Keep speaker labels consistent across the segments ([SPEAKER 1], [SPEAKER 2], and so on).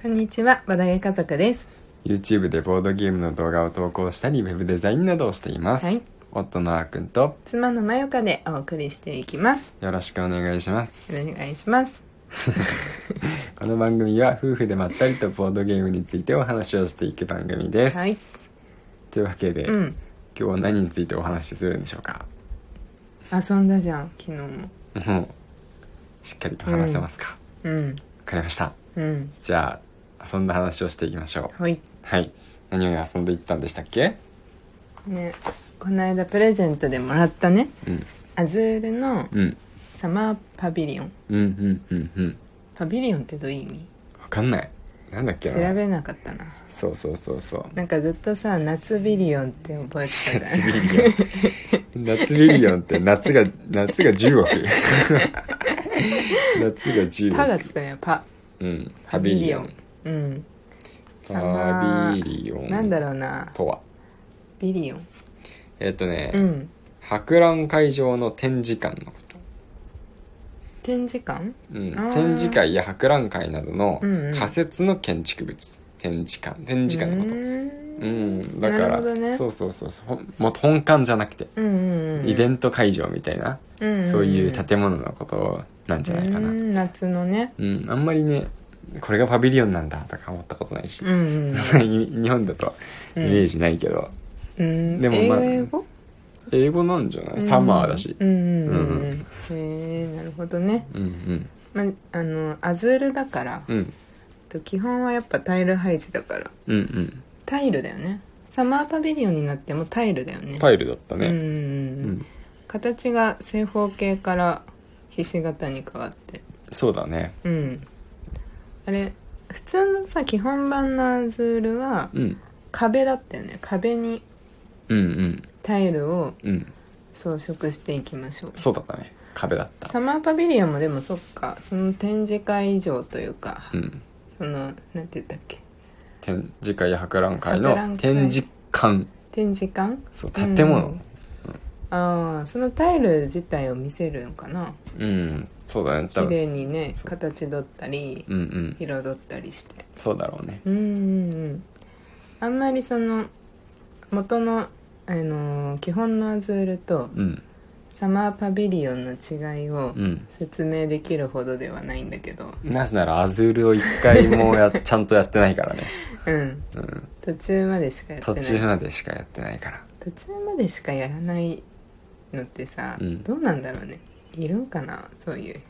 [SPEAKER 1] こんにちは、バダゲ家族です。
[SPEAKER 2] YouTube でボードゲームの動画を投稿したりウェブデザインなどをしています、
[SPEAKER 1] はい
[SPEAKER 2] 夫のあーくんと
[SPEAKER 1] 妻のまよかでお送りしていきます。
[SPEAKER 2] よろしくお願いします
[SPEAKER 1] お願いします。
[SPEAKER 2] この番組は夫婦でまったりとボードゲームについてお話をしていく番組です、
[SPEAKER 1] はい。
[SPEAKER 2] というわけで、
[SPEAKER 1] うん。
[SPEAKER 2] 今日は何についてお話しするんでしょうか
[SPEAKER 1] 遊んだじゃん、昨日も。
[SPEAKER 2] もうしっかりと話せますか、
[SPEAKER 1] うん。
[SPEAKER 2] わかりました
[SPEAKER 1] うん。
[SPEAKER 2] じゃあ遊んだ話をしていきましょう
[SPEAKER 1] はい。
[SPEAKER 2] はい何を遊んでいったんでしたっけ
[SPEAKER 1] ね、この間プレゼントでもらったね、
[SPEAKER 2] うん
[SPEAKER 1] アズールの
[SPEAKER 2] うん
[SPEAKER 1] サマーパビリオン。
[SPEAKER 2] うんうんうんうん
[SPEAKER 1] パビリオンってどういう意味
[SPEAKER 2] わかんないなんだっけ
[SPEAKER 1] 調
[SPEAKER 2] な
[SPEAKER 1] べなかったな。
[SPEAKER 2] そうそうそうそう
[SPEAKER 1] なんかずっとさ、夏ビリオンって覚えてたじゃん。
[SPEAKER 2] 夏ビリオンって夏が夏が10億夏が10億
[SPEAKER 1] パがつくね、パ。
[SPEAKER 2] うんパビリオン
[SPEAKER 1] うん。
[SPEAKER 2] パビリオン
[SPEAKER 1] なんだろうな、
[SPEAKER 2] とは
[SPEAKER 1] ビリオン。
[SPEAKER 2] えっとね、
[SPEAKER 1] うん。
[SPEAKER 2] 博覧会場の展示館のこと、
[SPEAKER 1] 展示館
[SPEAKER 2] うん
[SPEAKER 1] あー
[SPEAKER 2] 展示会や博覧会などの
[SPEAKER 1] うんうん
[SPEAKER 2] 仮設の建築物展示館展示館のこと
[SPEAKER 1] う
[SPEAKER 2] う
[SPEAKER 1] ーん
[SPEAKER 2] んだか
[SPEAKER 1] なる
[SPEAKER 2] ら
[SPEAKER 1] ほどね
[SPEAKER 2] そうそうそうそうほんもっと本館じゃなくて、
[SPEAKER 1] うんうんうん
[SPEAKER 2] イベント会場みたいな、
[SPEAKER 1] うんんん
[SPEAKER 2] そういう建物のことなんじゃないかな、
[SPEAKER 1] うん夏のね
[SPEAKER 2] うん、あんまりねこれがパビリオンなんだとか思ったことないし、
[SPEAKER 1] うん
[SPEAKER 2] 日本だとイメージないけど、
[SPEAKER 1] うんうん
[SPEAKER 2] でもまあ
[SPEAKER 1] 英語
[SPEAKER 2] 英語なんじゃない、サマーだし
[SPEAKER 1] う、んうんうん
[SPEAKER 2] うん
[SPEAKER 1] うんへえなるほどね
[SPEAKER 2] うん、うん
[SPEAKER 1] まあのアズールだから
[SPEAKER 2] うんうん
[SPEAKER 1] と基本はやっぱタイル配置だから
[SPEAKER 2] うん
[SPEAKER 1] タイルだよねサマーパビリオンになってもタイルだよね
[SPEAKER 2] タイルだった
[SPEAKER 1] うんうん
[SPEAKER 2] ね、
[SPEAKER 1] う
[SPEAKER 2] うん
[SPEAKER 1] ん形が正方形からひし形に変わって
[SPEAKER 2] そうだね
[SPEAKER 1] うんあれ普通のさ基本版のアズールは
[SPEAKER 2] うん
[SPEAKER 1] 壁だったよね壁に
[SPEAKER 2] うんうん
[SPEAKER 1] タイルを
[SPEAKER 2] うん
[SPEAKER 1] 装飾していきましょう
[SPEAKER 2] そうだったね壁だった
[SPEAKER 1] サマーパビリオンもでもそっかその展示会以上というか、
[SPEAKER 2] うん
[SPEAKER 1] そのなんて言ったっけ
[SPEAKER 2] 展示会や博覧会
[SPEAKER 1] 博覧
[SPEAKER 2] の
[SPEAKER 1] 会
[SPEAKER 2] 展示館
[SPEAKER 1] 展示館
[SPEAKER 2] そう建物
[SPEAKER 1] ああそのタイル自体を見せるのかな
[SPEAKER 2] うん、そうだね多
[SPEAKER 1] 綺麗
[SPEAKER 2] 分
[SPEAKER 1] にね形取ったり
[SPEAKER 2] うんうん
[SPEAKER 1] 彩ったりして
[SPEAKER 2] そうだろうね
[SPEAKER 1] うんうんうんあんまりその元の、あのー基本のアズールと
[SPEAKER 2] うん
[SPEAKER 1] サマーパビリオンの違いを
[SPEAKER 2] うん
[SPEAKER 1] 説明できるほどではないんだけど、
[SPEAKER 2] なぜならアズールを一回もや ちゃんとやってないからね、
[SPEAKER 1] うん、
[SPEAKER 2] うん、
[SPEAKER 1] 途中までしかやって
[SPEAKER 2] 途
[SPEAKER 1] ない
[SPEAKER 2] 中までしかやってないから
[SPEAKER 1] 途中までしかやらないのってさ、
[SPEAKER 2] うん
[SPEAKER 1] どうなんだろうねいるんかなそういう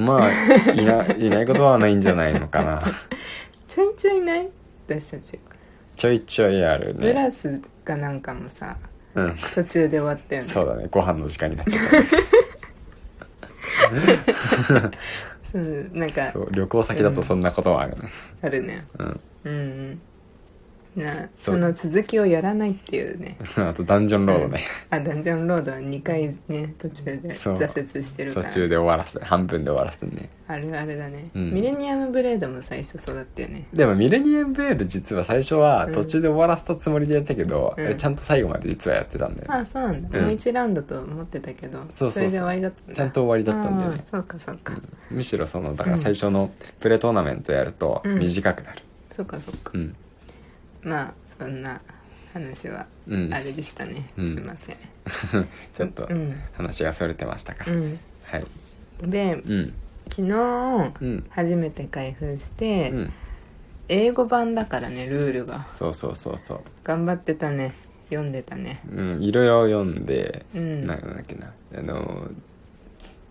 [SPEAKER 2] まあい ないないことはないんじゃないのかな
[SPEAKER 1] ちょいちょいない私たち、
[SPEAKER 2] ちょいちょいある
[SPEAKER 1] ブ
[SPEAKER 2] ね
[SPEAKER 1] ラスかなんかもさ
[SPEAKER 2] うん
[SPEAKER 1] 途中で終わったよね
[SPEAKER 2] そうだねご飯の時間になっちゃっ
[SPEAKER 1] そうなん
[SPEAKER 2] た
[SPEAKER 1] か
[SPEAKER 2] そう旅行先だとそんなことはあるね
[SPEAKER 1] あるね
[SPEAKER 2] うん
[SPEAKER 1] うんうんなそ
[SPEAKER 2] そ
[SPEAKER 1] うの続きをやらないっていうね
[SPEAKER 2] あとダンジョンロードね
[SPEAKER 1] あダンジョンロードは2回ね途中で
[SPEAKER 2] そう
[SPEAKER 1] 挫折してる
[SPEAKER 2] 途
[SPEAKER 1] から
[SPEAKER 2] 中で終わらせ半分で終わらせてね
[SPEAKER 1] あるあれだね、
[SPEAKER 2] うん
[SPEAKER 1] ミレニアムブレードも最初そうだったよね
[SPEAKER 2] でもミレニアムブレード実は最初は
[SPEAKER 1] うん
[SPEAKER 2] 途中で終わらせたつもりでやったけど、
[SPEAKER 1] うん
[SPEAKER 2] ちゃんと最後まで実はやってたんだよ、
[SPEAKER 1] あそうなんだ、
[SPEAKER 2] うん
[SPEAKER 1] もう1ラウンドと思ってたけど
[SPEAKER 2] そうそうそう
[SPEAKER 1] れで終わりだったんだ
[SPEAKER 2] ちゃんと終わりだったんだよね
[SPEAKER 1] あーそうかそうか、
[SPEAKER 2] うんむしろそのだから最初のプレトーナメントやると
[SPEAKER 1] うん
[SPEAKER 2] 短くなる
[SPEAKER 1] そうかそうか、
[SPEAKER 2] うん
[SPEAKER 1] まあそんな話は
[SPEAKER 2] うん
[SPEAKER 1] あれでしたね、
[SPEAKER 2] うん
[SPEAKER 1] すいません
[SPEAKER 2] ちょっと
[SPEAKER 1] うん、
[SPEAKER 2] 話がそれてましたか、はい
[SPEAKER 1] うん、で
[SPEAKER 2] うん
[SPEAKER 1] 昨日
[SPEAKER 2] うん
[SPEAKER 1] 初めて開封して、
[SPEAKER 2] うん
[SPEAKER 1] 英語版だからねルールが
[SPEAKER 2] そうそうそうそう
[SPEAKER 1] 頑張ってたね読んでたね
[SPEAKER 2] うんいろいろ読んで、
[SPEAKER 1] うん
[SPEAKER 2] なんだっけなあの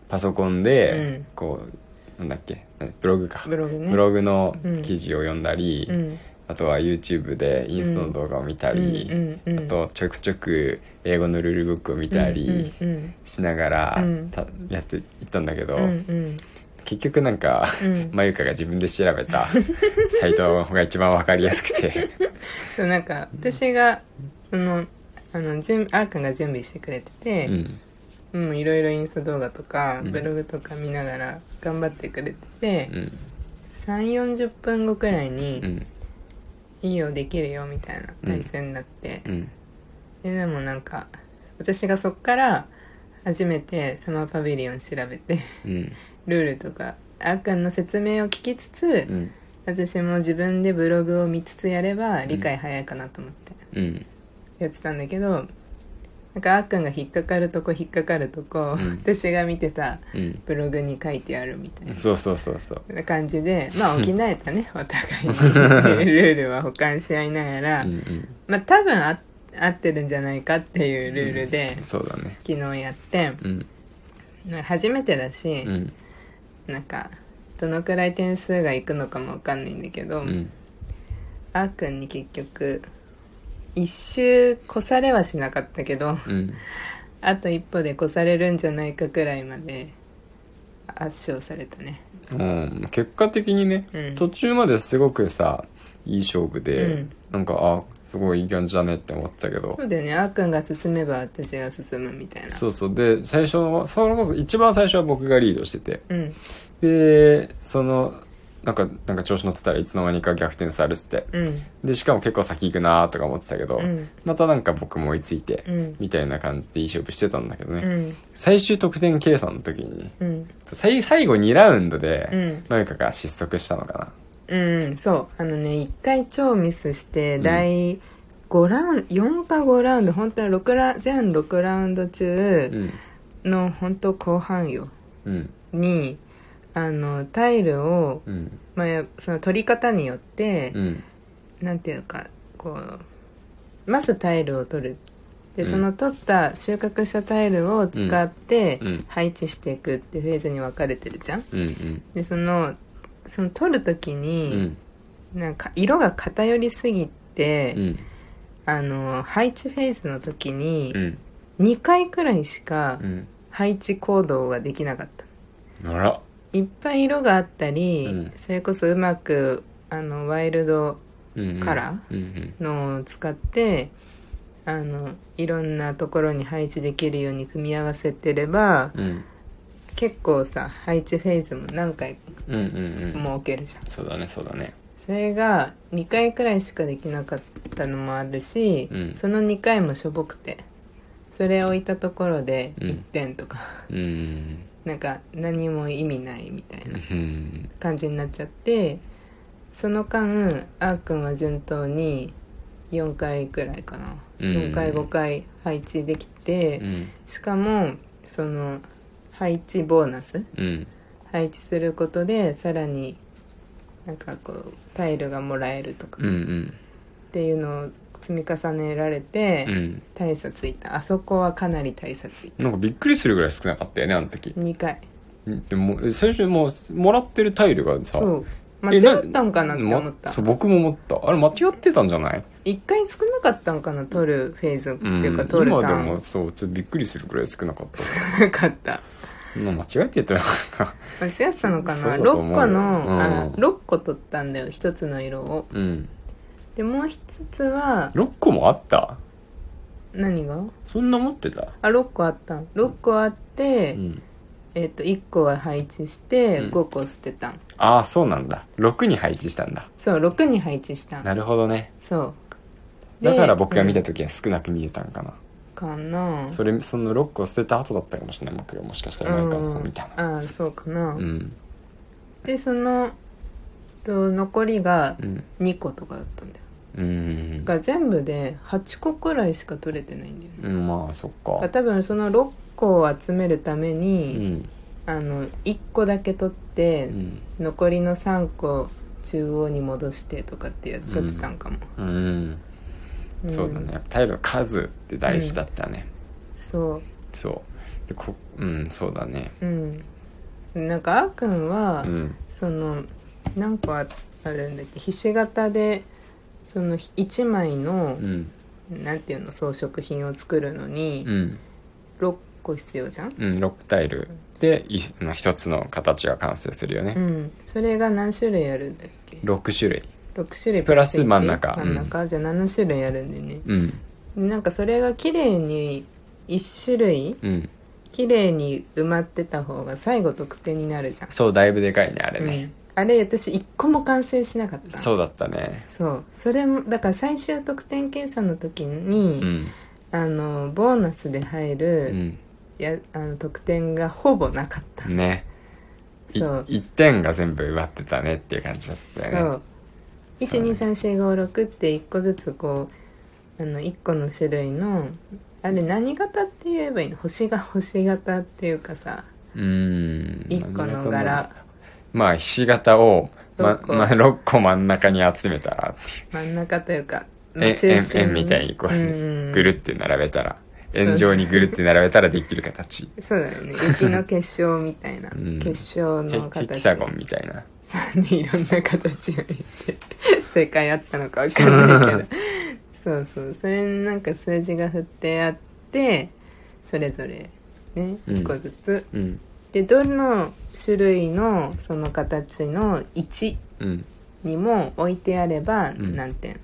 [SPEAKER 2] パソコンで、
[SPEAKER 1] うん
[SPEAKER 2] こうなんだっけ何ブログか
[SPEAKER 1] ブログね
[SPEAKER 2] ブログの
[SPEAKER 1] うん
[SPEAKER 2] 記事を読んだり、
[SPEAKER 1] うん
[SPEAKER 2] あとは YouTube でインストの動画を見たり、
[SPEAKER 1] うんうんうん
[SPEAKER 2] あとちょくちょく英語のルールブックを見たり
[SPEAKER 1] うんうん
[SPEAKER 2] しながら、
[SPEAKER 1] うん
[SPEAKER 2] たやっていったんだけど、
[SPEAKER 1] うんうん
[SPEAKER 2] 結局なんか、
[SPEAKER 1] うん
[SPEAKER 2] まゆかが自分で調べたサイトが一番わかりやすくて
[SPEAKER 1] そうなんか私がそのあの準あーくんが準備してくれてて、
[SPEAKER 2] うん
[SPEAKER 1] うん、いろいろインスタ動画とか
[SPEAKER 2] うん
[SPEAKER 1] ブログとか見ながら頑張ってくれてて、
[SPEAKER 2] うん
[SPEAKER 1] 3 4 0分後くらいに
[SPEAKER 2] う、ん
[SPEAKER 1] いいよできるよみたいな
[SPEAKER 2] うん
[SPEAKER 1] 体制になって
[SPEAKER 2] う、ん
[SPEAKER 1] ででもなんか私がそっから初めてサマーパビリオン調べて
[SPEAKER 2] うん
[SPEAKER 1] ルールとかあーくんの説明を聞きつつ、
[SPEAKER 2] うん
[SPEAKER 1] 私も自分でブログを見つつやれば理解早いかなと思って
[SPEAKER 2] うん
[SPEAKER 1] やってたんだけどなんかあっくんが引っかかるとこ引っかかるとこ、
[SPEAKER 2] うん
[SPEAKER 1] 私が見てた
[SPEAKER 2] うん
[SPEAKER 1] ブログに書いてあるみたいな
[SPEAKER 2] そうそうそうそう
[SPEAKER 1] な感じでまあ補えた ねお互いにルールは保管し合いながら、
[SPEAKER 2] うんうん
[SPEAKER 1] まあ多分あ合ってるんじゃないかっていうルールで、
[SPEAKER 2] そうだね
[SPEAKER 1] 昨日やって
[SPEAKER 2] うん
[SPEAKER 1] なんか初めてだし、
[SPEAKER 2] うん
[SPEAKER 1] なんかどのくらい点数がいくのかもわかんないんだけど、
[SPEAKER 2] うん
[SPEAKER 1] あーくんに結局一周越されはしなかったけど
[SPEAKER 2] うん
[SPEAKER 1] あと一歩で越されるんじゃないかくらいまで圧勝されたね
[SPEAKER 2] うん、結果的にね、
[SPEAKER 1] うん
[SPEAKER 2] 途中まですごくさいい勝負で、
[SPEAKER 1] うん
[SPEAKER 2] なんかあすごいいい感じだねって思ったけど、
[SPEAKER 1] そうだよねあーくんが進めば私が進むみたいな
[SPEAKER 2] そうそうで最初はそれこそ一番最初は僕がリードしてて
[SPEAKER 1] うん
[SPEAKER 2] でそのなんかなんか調子乗ってたらいつの間にか逆転されてて
[SPEAKER 1] うん
[SPEAKER 2] でしかも結構先行くなーとか思ってたけど、
[SPEAKER 1] うん
[SPEAKER 2] またなんか僕も追いついて、
[SPEAKER 1] うん
[SPEAKER 2] みたいな感じでいい勝負してたんだけどね、
[SPEAKER 1] うん
[SPEAKER 2] 最終得点計算の時に
[SPEAKER 1] うん
[SPEAKER 2] 最最後2ラウンド
[SPEAKER 1] う
[SPEAKER 2] で
[SPEAKER 1] ん
[SPEAKER 2] 何かが失速したのか
[SPEAKER 1] うんそうあのね1回超ミスして第5ラウンド4か5ラウンド本当に6ラ全6ラウンド
[SPEAKER 2] な
[SPEAKER 1] 中
[SPEAKER 2] うん
[SPEAKER 1] の本当後半よ
[SPEAKER 2] うん
[SPEAKER 1] にあのタイルを、
[SPEAKER 2] うん
[SPEAKER 1] まあ、やその取り方によって
[SPEAKER 2] う、ん
[SPEAKER 1] なんていうかこうまずタイルを取るで
[SPEAKER 2] うん
[SPEAKER 1] その取った収穫したタイルを使って
[SPEAKER 2] うんうん
[SPEAKER 1] 配置していくっていうフェーズに分かれてるじゃん
[SPEAKER 2] うんうん
[SPEAKER 1] でそのその取る時
[SPEAKER 2] う
[SPEAKER 1] に、
[SPEAKER 2] ん
[SPEAKER 1] なんか色が偏りすぎて、
[SPEAKER 2] うん
[SPEAKER 1] あの配置フェーズの時に
[SPEAKER 2] うん
[SPEAKER 1] 2回くらいしか
[SPEAKER 2] うん
[SPEAKER 1] 配置行動ができなかった
[SPEAKER 2] あら
[SPEAKER 1] いっぱい色があったり、
[SPEAKER 2] うん
[SPEAKER 1] それこそうまくあのワイルド
[SPEAKER 2] うんうん
[SPEAKER 1] カラー
[SPEAKER 2] うん
[SPEAKER 1] のを使ってあのいろんなところに配置できるように組み合わせてれば
[SPEAKER 2] うんうん
[SPEAKER 1] 結構さ配置フェーズも何回
[SPEAKER 2] うんうんうん
[SPEAKER 1] も置けるじゃん
[SPEAKER 2] そうだねそうだね
[SPEAKER 1] それが2回くらいしかできなかったのもあるし、
[SPEAKER 2] うん
[SPEAKER 1] その2回もしょぼくてそれ置いたところで
[SPEAKER 2] うん
[SPEAKER 1] 1点とか、
[SPEAKER 2] うん
[SPEAKER 1] なんか何も意味ないみたいな
[SPEAKER 2] うん
[SPEAKER 1] 感じになっちゃってその間あーくんは順当に4回くらいかな、
[SPEAKER 2] うん
[SPEAKER 1] 4回5回配置できて、
[SPEAKER 2] うん
[SPEAKER 1] しかもその配置ボーナス
[SPEAKER 2] うん
[SPEAKER 1] 配置することでさらになんかこうタイルがもらえるとか
[SPEAKER 2] うんうん
[SPEAKER 1] っていうのを積み重ねられて、
[SPEAKER 2] うん
[SPEAKER 1] 大差ついたあそこはかなり大差つい
[SPEAKER 2] なんかびっくりするぐらい少なかったよねあの時
[SPEAKER 1] た2回
[SPEAKER 2] でもえ最初もうもらってるタイルがさ
[SPEAKER 1] そう間
[SPEAKER 2] え
[SPEAKER 1] 違ったんかなって
[SPEAKER 2] ま
[SPEAKER 1] 思った
[SPEAKER 2] そう僕も思ったあれ間違ってたんじゃない
[SPEAKER 1] 一回少なかったんかな取るフェーズっていうか、取る
[SPEAKER 2] 今
[SPEAKER 1] タ
[SPEAKER 2] で
[SPEAKER 1] ー
[SPEAKER 2] も
[SPEAKER 1] ン
[SPEAKER 2] そうちょっとびっくりするくらい少なかった
[SPEAKER 1] 少なかった
[SPEAKER 2] まあ間違えてたよなんか
[SPEAKER 1] 間違ってたのかな
[SPEAKER 2] そうだと
[SPEAKER 1] 六
[SPEAKER 2] 思うよ
[SPEAKER 1] 個の、あ
[SPEAKER 2] うん
[SPEAKER 1] 6個取ったんだよ一つの色を
[SPEAKER 2] うん
[SPEAKER 1] でもう一つは
[SPEAKER 2] 6個もあった
[SPEAKER 1] 何が
[SPEAKER 2] そんな持ってた
[SPEAKER 1] あ6個あったん6個あって、
[SPEAKER 2] うん
[SPEAKER 1] えっと1個は配置して
[SPEAKER 2] うん
[SPEAKER 1] 5個捨てたん、
[SPEAKER 2] ああそうなんだ6に配置したんだ
[SPEAKER 1] そう6に配置したん
[SPEAKER 2] なるほどね
[SPEAKER 1] そう
[SPEAKER 2] だから僕が見た
[SPEAKER 1] と
[SPEAKER 2] 時は少なく見えたんかな、
[SPEAKER 1] かな
[SPEAKER 2] それその6個捨てた後だったかもしれない僕がもしかしたら前からこう見たの
[SPEAKER 1] うん、ああそうかな、
[SPEAKER 2] うん
[SPEAKER 1] でそのと残りが
[SPEAKER 2] うん
[SPEAKER 1] 2個とかだったんだよ
[SPEAKER 2] うん
[SPEAKER 1] が全部で8個くらいしか取れてないんだよね
[SPEAKER 2] うんまあそっ
[SPEAKER 1] だから
[SPEAKER 2] か
[SPEAKER 1] 多分その6個を集めるため
[SPEAKER 2] う
[SPEAKER 1] に、
[SPEAKER 2] ん
[SPEAKER 1] あの1個だけ取って、
[SPEAKER 2] うん
[SPEAKER 1] 残りの3個中央に戻してとかってやっちゃってたんかも、
[SPEAKER 2] うん
[SPEAKER 1] ん
[SPEAKER 2] そうだねタイルは数って大事だったね、
[SPEAKER 1] そ
[SPEAKER 2] そうでこうんそうだね
[SPEAKER 1] ううんなんかあーくんは、
[SPEAKER 2] うん
[SPEAKER 1] その何個あるんだっけひし形でその1枚の
[SPEAKER 2] う、ん
[SPEAKER 1] なんていうの装飾品を作るのに
[SPEAKER 2] うん、
[SPEAKER 1] 6個必要じゃん
[SPEAKER 2] うん、6タイルでいまあ一つの形が完成するよ
[SPEAKER 1] う
[SPEAKER 2] ね、
[SPEAKER 1] んそれが何種類あるんだっけ
[SPEAKER 2] 6種類
[SPEAKER 1] 6種類
[SPEAKER 2] プラス真ん中
[SPEAKER 1] 真ん中、じゃあ7種類あるんでね、
[SPEAKER 2] うん
[SPEAKER 1] なんかそれが綺麗に1種類
[SPEAKER 2] うん
[SPEAKER 1] 綺麗に埋まってた方が最後得点になるじゃん
[SPEAKER 2] そうだいぶでかいねあれ
[SPEAKER 1] う
[SPEAKER 2] ね
[SPEAKER 1] ん、あれ私1個も完成しなかった
[SPEAKER 2] そうだったね
[SPEAKER 1] そうそれもだから最終得点計算の時に、
[SPEAKER 2] うん
[SPEAKER 1] あのボーナスで入
[SPEAKER 2] う
[SPEAKER 1] る、
[SPEAKER 2] ん
[SPEAKER 1] やあの得点がほぼなかった、
[SPEAKER 2] ねい
[SPEAKER 1] そう
[SPEAKER 2] 1点が全部奪ってたねっていう感じだった
[SPEAKER 1] そ
[SPEAKER 2] よ
[SPEAKER 1] う
[SPEAKER 2] ね
[SPEAKER 1] 123456って1個ずつこうあの1個の種類のあれ何型って言えばいいの星が 星型っていうかさ
[SPEAKER 2] うーん
[SPEAKER 1] 1個の柄
[SPEAKER 2] まあひし形を、ま
[SPEAKER 1] 六個
[SPEAKER 2] まあ、6個真ん中に集めたらっていう
[SPEAKER 1] 真ん中というか
[SPEAKER 2] え円円みたいにこう、ぐる
[SPEAKER 1] っ
[SPEAKER 2] って並べたら円状にぐるって並べたらでき る形
[SPEAKER 1] そうだよね雪の結晶みたいな、
[SPEAKER 2] うん
[SPEAKER 1] 結晶
[SPEAKER 2] ヘ
[SPEAKER 1] の
[SPEAKER 2] ヘ
[SPEAKER 1] 形
[SPEAKER 2] キサゴンみたいな
[SPEAKER 1] 3人いろんな形を言って正解あったのか分かんないけど そうそうそれになんか数字が振ってあってそれぞれね
[SPEAKER 2] うん
[SPEAKER 1] 1個ずつ、
[SPEAKER 2] うん
[SPEAKER 1] でどの種類のその形の1
[SPEAKER 2] うん
[SPEAKER 1] にも置いてあれば
[SPEAKER 2] ん
[SPEAKER 1] 何点、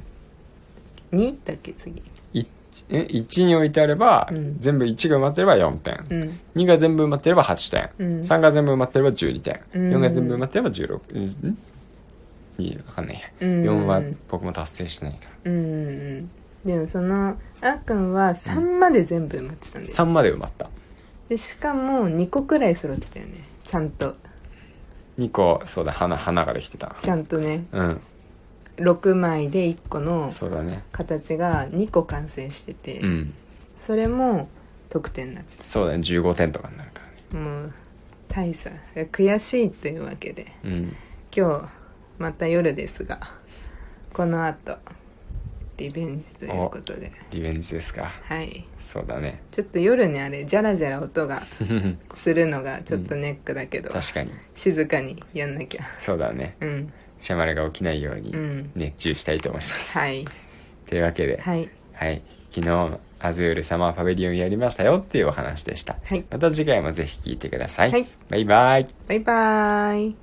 [SPEAKER 1] 2だっけ次
[SPEAKER 2] いえ1に置いてあれば、
[SPEAKER 1] うん
[SPEAKER 2] 全部1が埋まってれば4点、
[SPEAKER 1] うん
[SPEAKER 2] 2が全部埋まってれば8点、
[SPEAKER 1] うん
[SPEAKER 2] 3が全部埋まってれば12点、
[SPEAKER 1] うん
[SPEAKER 2] 4が全部埋まってれば16うんいいわかんないや、
[SPEAKER 1] うん
[SPEAKER 2] 4は僕も達成してないから
[SPEAKER 1] うんうんうんでもそのあっくんは3まで全部埋まってたんだよ、
[SPEAKER 2] 3まで埋まった
[SPEAKER 1] でしかも2個くらい揃ってたよねちゃんと
[SPEAKER 2] 2個そうだ花花ができてた
[SPEAKER 1] ちゃんとね
[SPEAKER 2] うん
[SPEAKER 1] 6枚で1個の
[SPEAKER 2] そうだね
[SPEAKER 1] 形が2個完成してて、
[SPEAKER 2] うん
[SPEAKER 1] それも得点になって
[SPEAKER 2] そうだね15点とかになるからね
[SPEAKER 1] たもう大差悔しいというわけで
[SPEAKER 2] うん
[SPEAKER 1] 今日また夜ですがこの後リベンジということで
[SPEAKER 2] リベンジですか
[SPEAKER 1] はい
[SPEAKER 2] そう だね
[SPEAKER 1] ちょっと夜にあれジャラジャラ音がするのがちょっとネックだけど、
[SPEAKER 2] 確かに
[SPEAKER 1] 静かにやんなきゃ
[SPEAKER 2] そうだね
[SPEAKER 1] うん
[SPEAKER 2] シャマルが起きないように
[SPEAKER 1] うん
[SPEAKER 2] 熱中したいと思います、
[SPEAKER 1] はい
[SPEAKER 2] というわけで
[SPEAKER 1] はい
[SPEAKER 2] はい、昨日アズールサマーパビリオンやりましたよっていうお話でした、
[SPEAKER 1] はい
[SPEAKER 2] また次回もぜひ聞いてください、
[SPEAKER 1] はい
[SPEAKER 2] バイバイ
[SPEAKER 1] バイバーイ